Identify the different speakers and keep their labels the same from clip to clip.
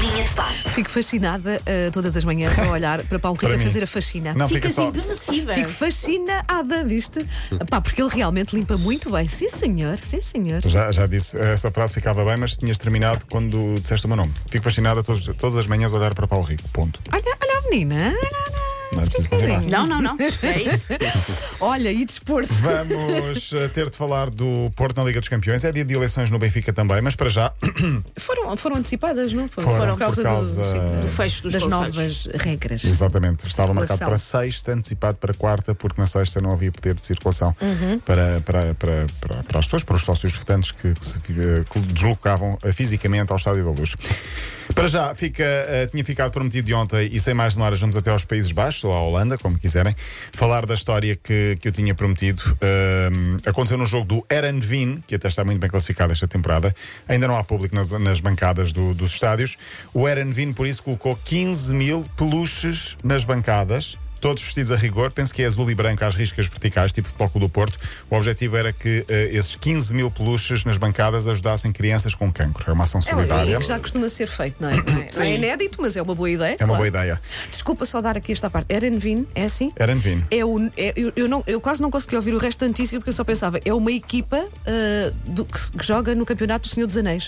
Speaker 1: linha de passe.
Speaker 2: Fico fascinada eh, todas as manhãs a olhar para Paulo
Speaker 3: Para
Speaker 2: Rita
Speaker 3: mim.
Speaker 2: fazer a faxina.
Speaker 3: Não, fica assim
Speaker 1: Ficas
Speaker 3: só.
Speaker 1: embevecida.
Speaker 2: Fico fascinada, viste? Pá, porque ele realmente limpa muito bem. Sim, senhor, sim, senhor.
Speaker 3: Já, já disse, essa frase ficava bem, mas tinhas terminado quando disseste o meu nome. Fico fascinado a todos, todas as manhãs a olhar para Paulo Rico. Ponto.
Speaker 2: Olha, olha a menina.
Speaker 3: Não é preciso continuar.
Speaker 2: Olha,
Speaker 1: Não, não, não. É isso.
Speaker 2: olha e desporto.
Speaker 3: Vamos eh, ter de falar do Porto na Liga dos Campeões. É dia de eleições no Benfica também, mas para já
Speaker 2: Foram, foram antecipadas, não foram?
Speaker 3: Foram, por causa-
Speaker 1: Do fecho dos
Speaker 2: das
Speaker 1: conselhos.
Speaker 2: novas regras.
Speaker 3: Exatamente, estava marcado
Speaker 2: Circulação.
Speaker 3: para sexta, antecipado para quarta, porque na sexta não havia poder de circulação para, para, para, para, para as pessoas, para os sócios votantes que, que se eh, que deslocavam eh, fisicamente ao Estádio da Luz. Para já, fica, eh, tinha ficado prometido de ontem, e sem mais demoras, vamos até aos Países Baixos, ou à Holanda, como quiserem, falar da história que, que eu tinha prometido. Ahm, aconteceu no jogo do Erenvin, que até está muito bem classificado esta temporada. Ainda não há público nas, nas bancadas do- dos estádios. O Erenvin, por isso, colocou 15 mil peluches nas bancadas. Todos vestidos a rigor, penso que é azul e branco às riscas verticais, tipo futebol Clube do Porto. O objetivo era que eh, esses 15 mil peluches nas bancadas ajudassem crianças com cancro. É uma ação
Speaker 2: É uma
Speaker 3: solidária.
Speaker 2: ideia que já costuma ser feito, não é? Não é, não é inédito, mas é uma boa ideia.
Speaker 3: É uma
Speaker 2: claro.
Speaker 3: boa ideia.
Speaker 2: Desculpa só dar aqui esta parte. Erenvin, é assim?
Speaker 3: Erenvin.
Speaker 2: É o, é- eu, eu não, eu quase não consegui ouvir o resto da notícia porque eu só pensava, é uma equipa ah, do- que, se- que joga no campeonato do Senhor dos Anéis.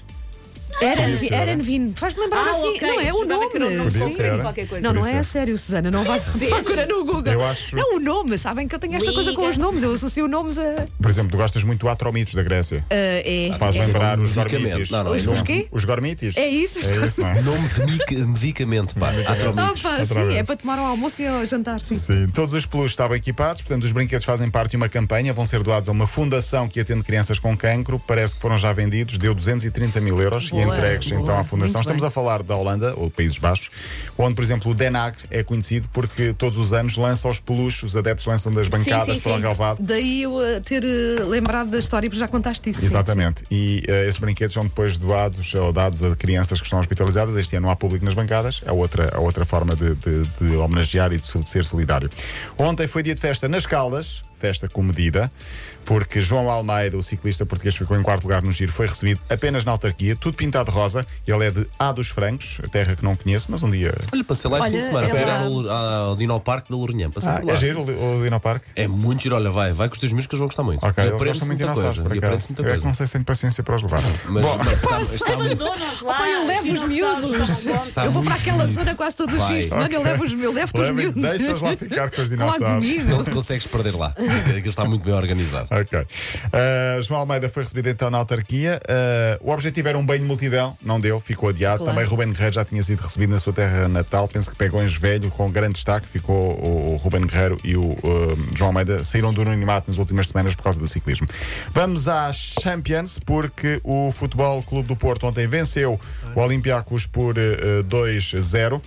Speaker 3: isso
Speaker 2: Erenvin,
Speaker 3: era.
Speaker 2: Erenvin, faz-me lembrar
Speaker 1: Ah,
Speaker 2: assim,
Speaker 1: ok.
Speaker 2: não é o
Speaker 1: Jurava
Speaker 2: nome.
Speaker 1: que era um nome
Speaker 3: Podia
Speaker 1: comprido,
Speaker 3: ser.
Speaker 1: qualquer coisa.
Speaker 2: Não, não
Speaker 3: Podia
Speaker 2: é a
Speaker 3: ser.
Speaker 2: sério, Susana, não vais procurar no Google.
Speaker 3: Eu acho-
Speaker 2: É o nome, sabem que eu tenho esta coisa com
Speaker 1: Liga.
Speaker 2: os nomes, eu associo nomes a.
Speaker 3: Por exemplo, tu gostas muito do Atromitos da Grécia.
Speaker 2: a- é,
Speaker 3: Faz
Speaker 2: é,
Speaker 3: lembrar os
Speaker 4: Medicamento.
Speaker 3: gormitis.
Speaker 4: Não, não,
Speaker 2: Os-
Speaker 4: é
Speaker 2: os
Speaker 4: nome-
Speaker 2: quê?
Speaker 3: Os gormitis.
Speaker 2: É isso, os
Speaker 3: É isso, não é?
Speaker 4: Nome de mic- medicamento, pá. Atromitos.
Speaker 2: Opa,
Speaker 3: outra
Speaker 2: sim,
Speaker 3: vez.
Speaker 2: é para tomar ao almoço e ao jantar, sim.
Speaker 3: Sim. Todos os peluches estavam equipados, portanto, os brinquedos fazem parte de uma campanha, vão ser doados a uma fundação que atende crianças com cancro. Parece que foram já vendidos, deu 230 mil euros
Speaker 2: Boa,
Speaker 3: e entregues
Speaker 2: boa,
Speaker 3: então à fundação.
Speaker 2: muito
Speaker 3: Estamos
Speaker 2: bem.
Speaker 3: a falar da Holanda, ou de Países Baixos, onde, por exemplo, o Denag é conhecido porque todos os anos lança os peluches, os adeptos lançam das bancadas
Speaker 1: sim,
Speaker 3: para o
Speaker 1: sim.
Speaker 3: relvado.
Speaker 2: Daí eu ah, ter ah, lembrado da história, porque já contaste isso. sim,
Speaker 3: Exatamente. E eh, esses brinquedos são depois doados ou dados a crianças que estão hospitalizadas. Este ano não há público nas bancadas. É outra, é outra forma de, de- de homenagear e de sol- ser solidário. Ontem foi dia de festa nas Caldas. Festa comedida, porque João Almeida, o ciclista português que ficou em quarto lugar no giro, foi recebido apenas na autarquia, tudo pintado de rosa. Ele é de A dos Francos, terra que não conheço, mas um dia.
Speaker 4: Olha, passei lá este
Speaker 2: Olha,
Speaker 4: fim de semana.
Speaker 2: é
Speaker 4: Fui
Speaker 2: lá.
Speaker 4: ao Lu- ao Dino Parque da Lourinhã. Passei
Speaker 3: Ah,
Speaker 4: por lá.
Speaker 3: é giro o Dinoparque?
Speaker 4: É muito giro, olha, vai, vai com os teus músicos, vão gostar muito.
Speaker 3: Ok,
Speaker 4: e
Speaker 3: eu gosto
Speaker 4: aprende-se
Speaker 3: muito de
Speaker 4: muita
Speaker 3: dinossauros,
Speaker 4: coisa.
Speaker 3: por
Speaker 4: E
Speaker 3: acaso.
Speaker 4: aprende-se muita
Speaker 3: Eu é que
Speaker 4: coisa.
Speaker 3: não sei se tenho paciência para os levar.
Speaker 4: Mas,
Speaker 3: Bom,
Speaker 4: mas está, está muito.
Speaker 1: Abandonou-nos lá.
Speaker 2: Pai, eu levo os miúdos.
Speaker 3: Tá
Speaker 4: Está
Speaker 2: eu vou para
Speaker 4: muito
Speaker 2: aquela
Speaker 4: bonito.
Speaker 2: zona quase todos os
Speaker 4: Vai.
Speaker 2: fins de semana. Eu levo os meus, levo os
Speaker 3: Levem-
Speaker 2: miúdos.
Speaker 3: deixa-os lá ficar com os
Speaker 2: Claro,
Speaker 3: dinossauros.
Speaker 4: Não
Speaker 2: comigo.
Speaker 4: te consegues perder lá. Aquilo está muito bem organizado.
Speaker 3: Ok. Uh, João Almeida foi recebido então na autarquia. Uh, o objetivo era um banho de multidão, não deu, ficou adiado.
Speaker 2: Claro.
Speaker 3: Também Ruben Guerreiro já tinha sido recebido na sua terra natal. Penso que pegou em velho com grande destaque. Ficou o, o Ruben Guerreiro e o uh, João Almeida saíram do anonimato nas últimas semanas por causa do ciclismo. Vamos à Champions, porque o Futebol Clube do Porto ontem venceu o Olympiacos por uh, 2-0.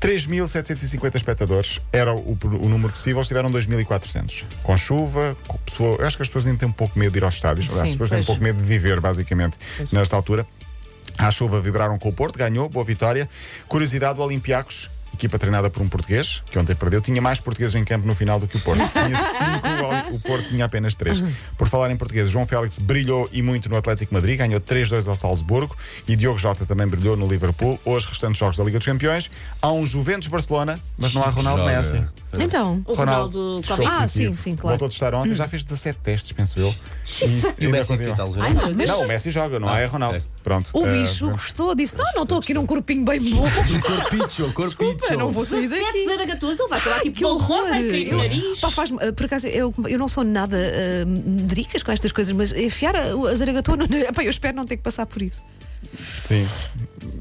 Speaker 3: 3.750 espectadores era o, o número possível, estiveram 2.400. Com chuva, com pessoa, eu acho que as pessoas ainda têm um pouco medo de ir aos estádios,
Speaker 2: Sim,
Speaker 3: as pessoas têm
Speaker 2: pois.
Speaker 3: um pouco medo de viver, basicamente, nesta altura. À chuva vibraram com o Porto, ganhou, boa vitória. Curiosidade, o Olympiacos, equipa treinada por um português, que ontem perdeu, tinha mais portugueses em campo no final do que o Porto. Tinha cinco, o Porto tinha apenas três. Por falar em português, João Félix brilhou e muito no Atlético de Madrid, ganhou 3-2 ao Salzburgo e Diogo Jota também brilhou no Liverpool. Hoje, restantes jogos da Liga dos Campeões. Há um Juventus-Barcelona, mas não há Ronaldo
Speaker 4: Joga.
Speaker 3: Messi.
Speaker 2: Então,
Speaker 1: O Ronaldo
Speaker 3: testou
Speaker 1: Covid.
Speaker 2: Ah, sim,
Speaker 3: positivo.
Speaker 2: sim, claro.
Speaker 3: Voltou a testar ontem, já fez 17 testes, penso eu.
Speaker 4: E o
Speaker 3: ainda
Speaker 4: Messi é que
Speaker 3: continua.
Speaker 4: está lesionado.
Speaker 1: Ai, meu Deus.
Speaker 3: Não, o Messi joga, não
Speaker 4: Ah,
Speaker 3: é Ronaldo.
Speaker 4: ok.
Speaker 3: Pronto.
Speaker 2: o
Speaker 3: eh,
Speaker 2: bicho gostou, disse: Não, não estou aqui num corpinho bem bom.
Speaker 4: Corpicho, corpicho.
Speaker 2: Desculpa, não vou sair
Speaker 1: 17
Speaker 2: daqui.
Speaker 1: zaragatos, ele vai acabar aqui
Speaker 2: Que
Speaker 1: pelo horror,
Speaker 2: horror! É,
Speaker 1: vai cair o
Speaker 2: Eu,
Speaker 1: nariz.
Speaker 2: pá, faz por acaso, eu, eu não sou nada ah, medricas com estas coisas, mas enfiar a, a zaragatona. na- Pá, eu espero não ter que passar por isso.
Speaker 3: Sim.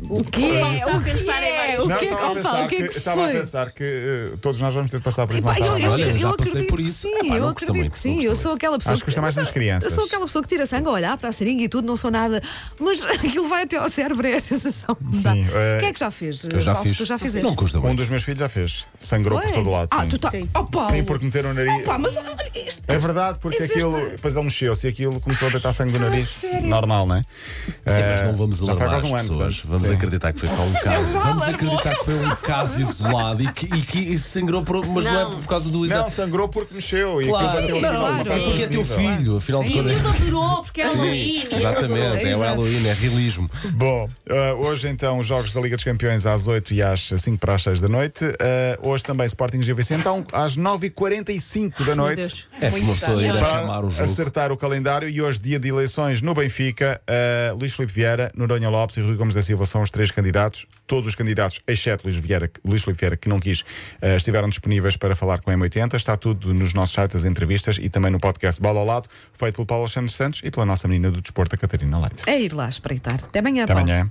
Speaker 2: O que é?
Speaker 1: Estava a pensar em várias
Speaker 2: O
Speaker 3: Não,
Speaker 2: que é que-
Speaker 3: estava a
Speaker 2: opa,
Speaker 3: pensar
Speaker 2: o que é que
Speaker 3: estava a
Speaker 2: foi?
Speaker 3: pensar que eh, todos nós vamos ter de passar por isso
Speaker 2: Epá,
Speaker 3: mais tarde.
Speaker 4: eu-
Speaker 3: não é?
Speaker 4: eu- já passei
Speaker 2: acredito
Speaker 4: por
Speaker 2: que
Speaker 4: isso.
Speaker 2: Sim,
Speaker 4: Epá, não
Speaker 2: eu
Speaker 4: custa
Speaker 2: acredito
Speaker 4: muito,
Speaker 2: que
Speaker 4: não
Speaker 2: sim.
Speaker 4: custa
Speaker 2: Eu sou
Speaker 4: muito.
Speaker 2: aquela pessoa.
Speaker 3: Acho que custa mais
Speaker 2: eu
Speaker 3: nas
Speaker 2: sou-
Speaker 3: crianças.
Speaker 2: Eu sou aquela pessoa que tira sangue a olhar para a seringa e tudo, não sou nada. Mas aquilo vai até ao cérebro, é a sensação que me dá.
Speaker 3: Sim, é-
Speaker 2: O que é que já fez?
Speaker 4: eh, Eu já
Speaker 2: Paulo?
Speaker 4: fiz.
Speaker 2: Tu já fizeste?
Speaker 4: Não custa
Speaker 3: Um
Speaker 4: muito.
Speaker 3: dos meus filhos já fez. Sangrou por
Speaker 2: Foi?
Speaker 3: todo lado.
Speaker 2: Ah,
Speaker 3: sim.
Speaker 2: tu tá.
Speaker 1: Sim.
Speaker 2: Oh, Paulo.
Speaker 3: Sim, porque meteram o nariz.
Speaker 2: Pá, mas olha isto.
Speaker 3: É verdade, porque
Speaker 2: Em vez
Speaker 3: aquilo.
Speaker 2: de-
Speaker 3: Depois ele mexeu-se e aquilo começou a deitar sangue do
Speaker 2: Fala
Speaker 3: nariz.
Speaker 2: Ah, sério?
Speaker 3: Normal, não é?
Speaker 4: Sim, mas não vamos
Speaker 3: já foi há
Speaker 4: alarmar
Speaker 3: quase
Speaker 4: as
Speaker 3: um ano,
Speaker 4: pessoas.
Speaker 3: portanto.
Speaker 4: Vamos
Speaker 3: Sim.
Speaker 4: acreditar que foi só um caso.
Speaker 1: já
Speaker 4: Vamos
Speaker 1: alarmou.
Speaker 4: acreditar que foi um caso isolado e que, e que isso sangrou, por, mas não. é
Speaker 1: Não.
Speaker 4: por causa do exame.
Speaker 3: Não, sangrou porque mexeu. E aquilo
Speaker 4: Claro,
Speaker 3: bateu
Speaker 4: não,
Speaker 3: no
Speaker 4: não,
Speaker 3: nível,
Speaker 4: é
Speaker 3: bateu
Speaker 4: porque é
Speaker 3: no
Speaker 4: teu
Speaker 3: nível.
Speaker 4: filho, afinal de
Speaker 1: E o
Speaker 4: contas.
Speaker 1: Nildo adorou, porque é
Speaker 4: Sim,
Speaker 1: Halloween.
Speaker 4: Exatamente, é o
Speaker 2: Exato.
Speaker 4: Halloween, é realismo.
Speaker 3: Bom, eh, hoje então jogos da Liga dos Campeões às 8 e às 5 para as 6 da noite. Eh, hoje também Sporting GVC, então às 9h45 da noite.
Speaker 4: É uma pessoa ir
Speaker 3: Para
Speaker 4: acamar o jogo.
Speaker 3: acertar o calendário e hoje, dia de eleições no Benfica, eh, Luís Filipe Vieira, Noronha Lopes e Rui Gomes da Silva são os três candidatos. Todos os candidatos, exceto Luís, Vieira, Luís Filipe Vieira, que não quis, eh, estiveram disponíveis para falar com a M80. Está tudo nos nossos sites, as entrevistas e também no podcast Bola ao Lado, feito pelo Paulo Alexandre Santos e pela nossa menina do desporto, a Catarina Leite.
Speaker 2: É ir lá espreitar. Até amanhã,
Speaker 3: Até
Speaker 2: Paulo.
Speaker 3: amanhã.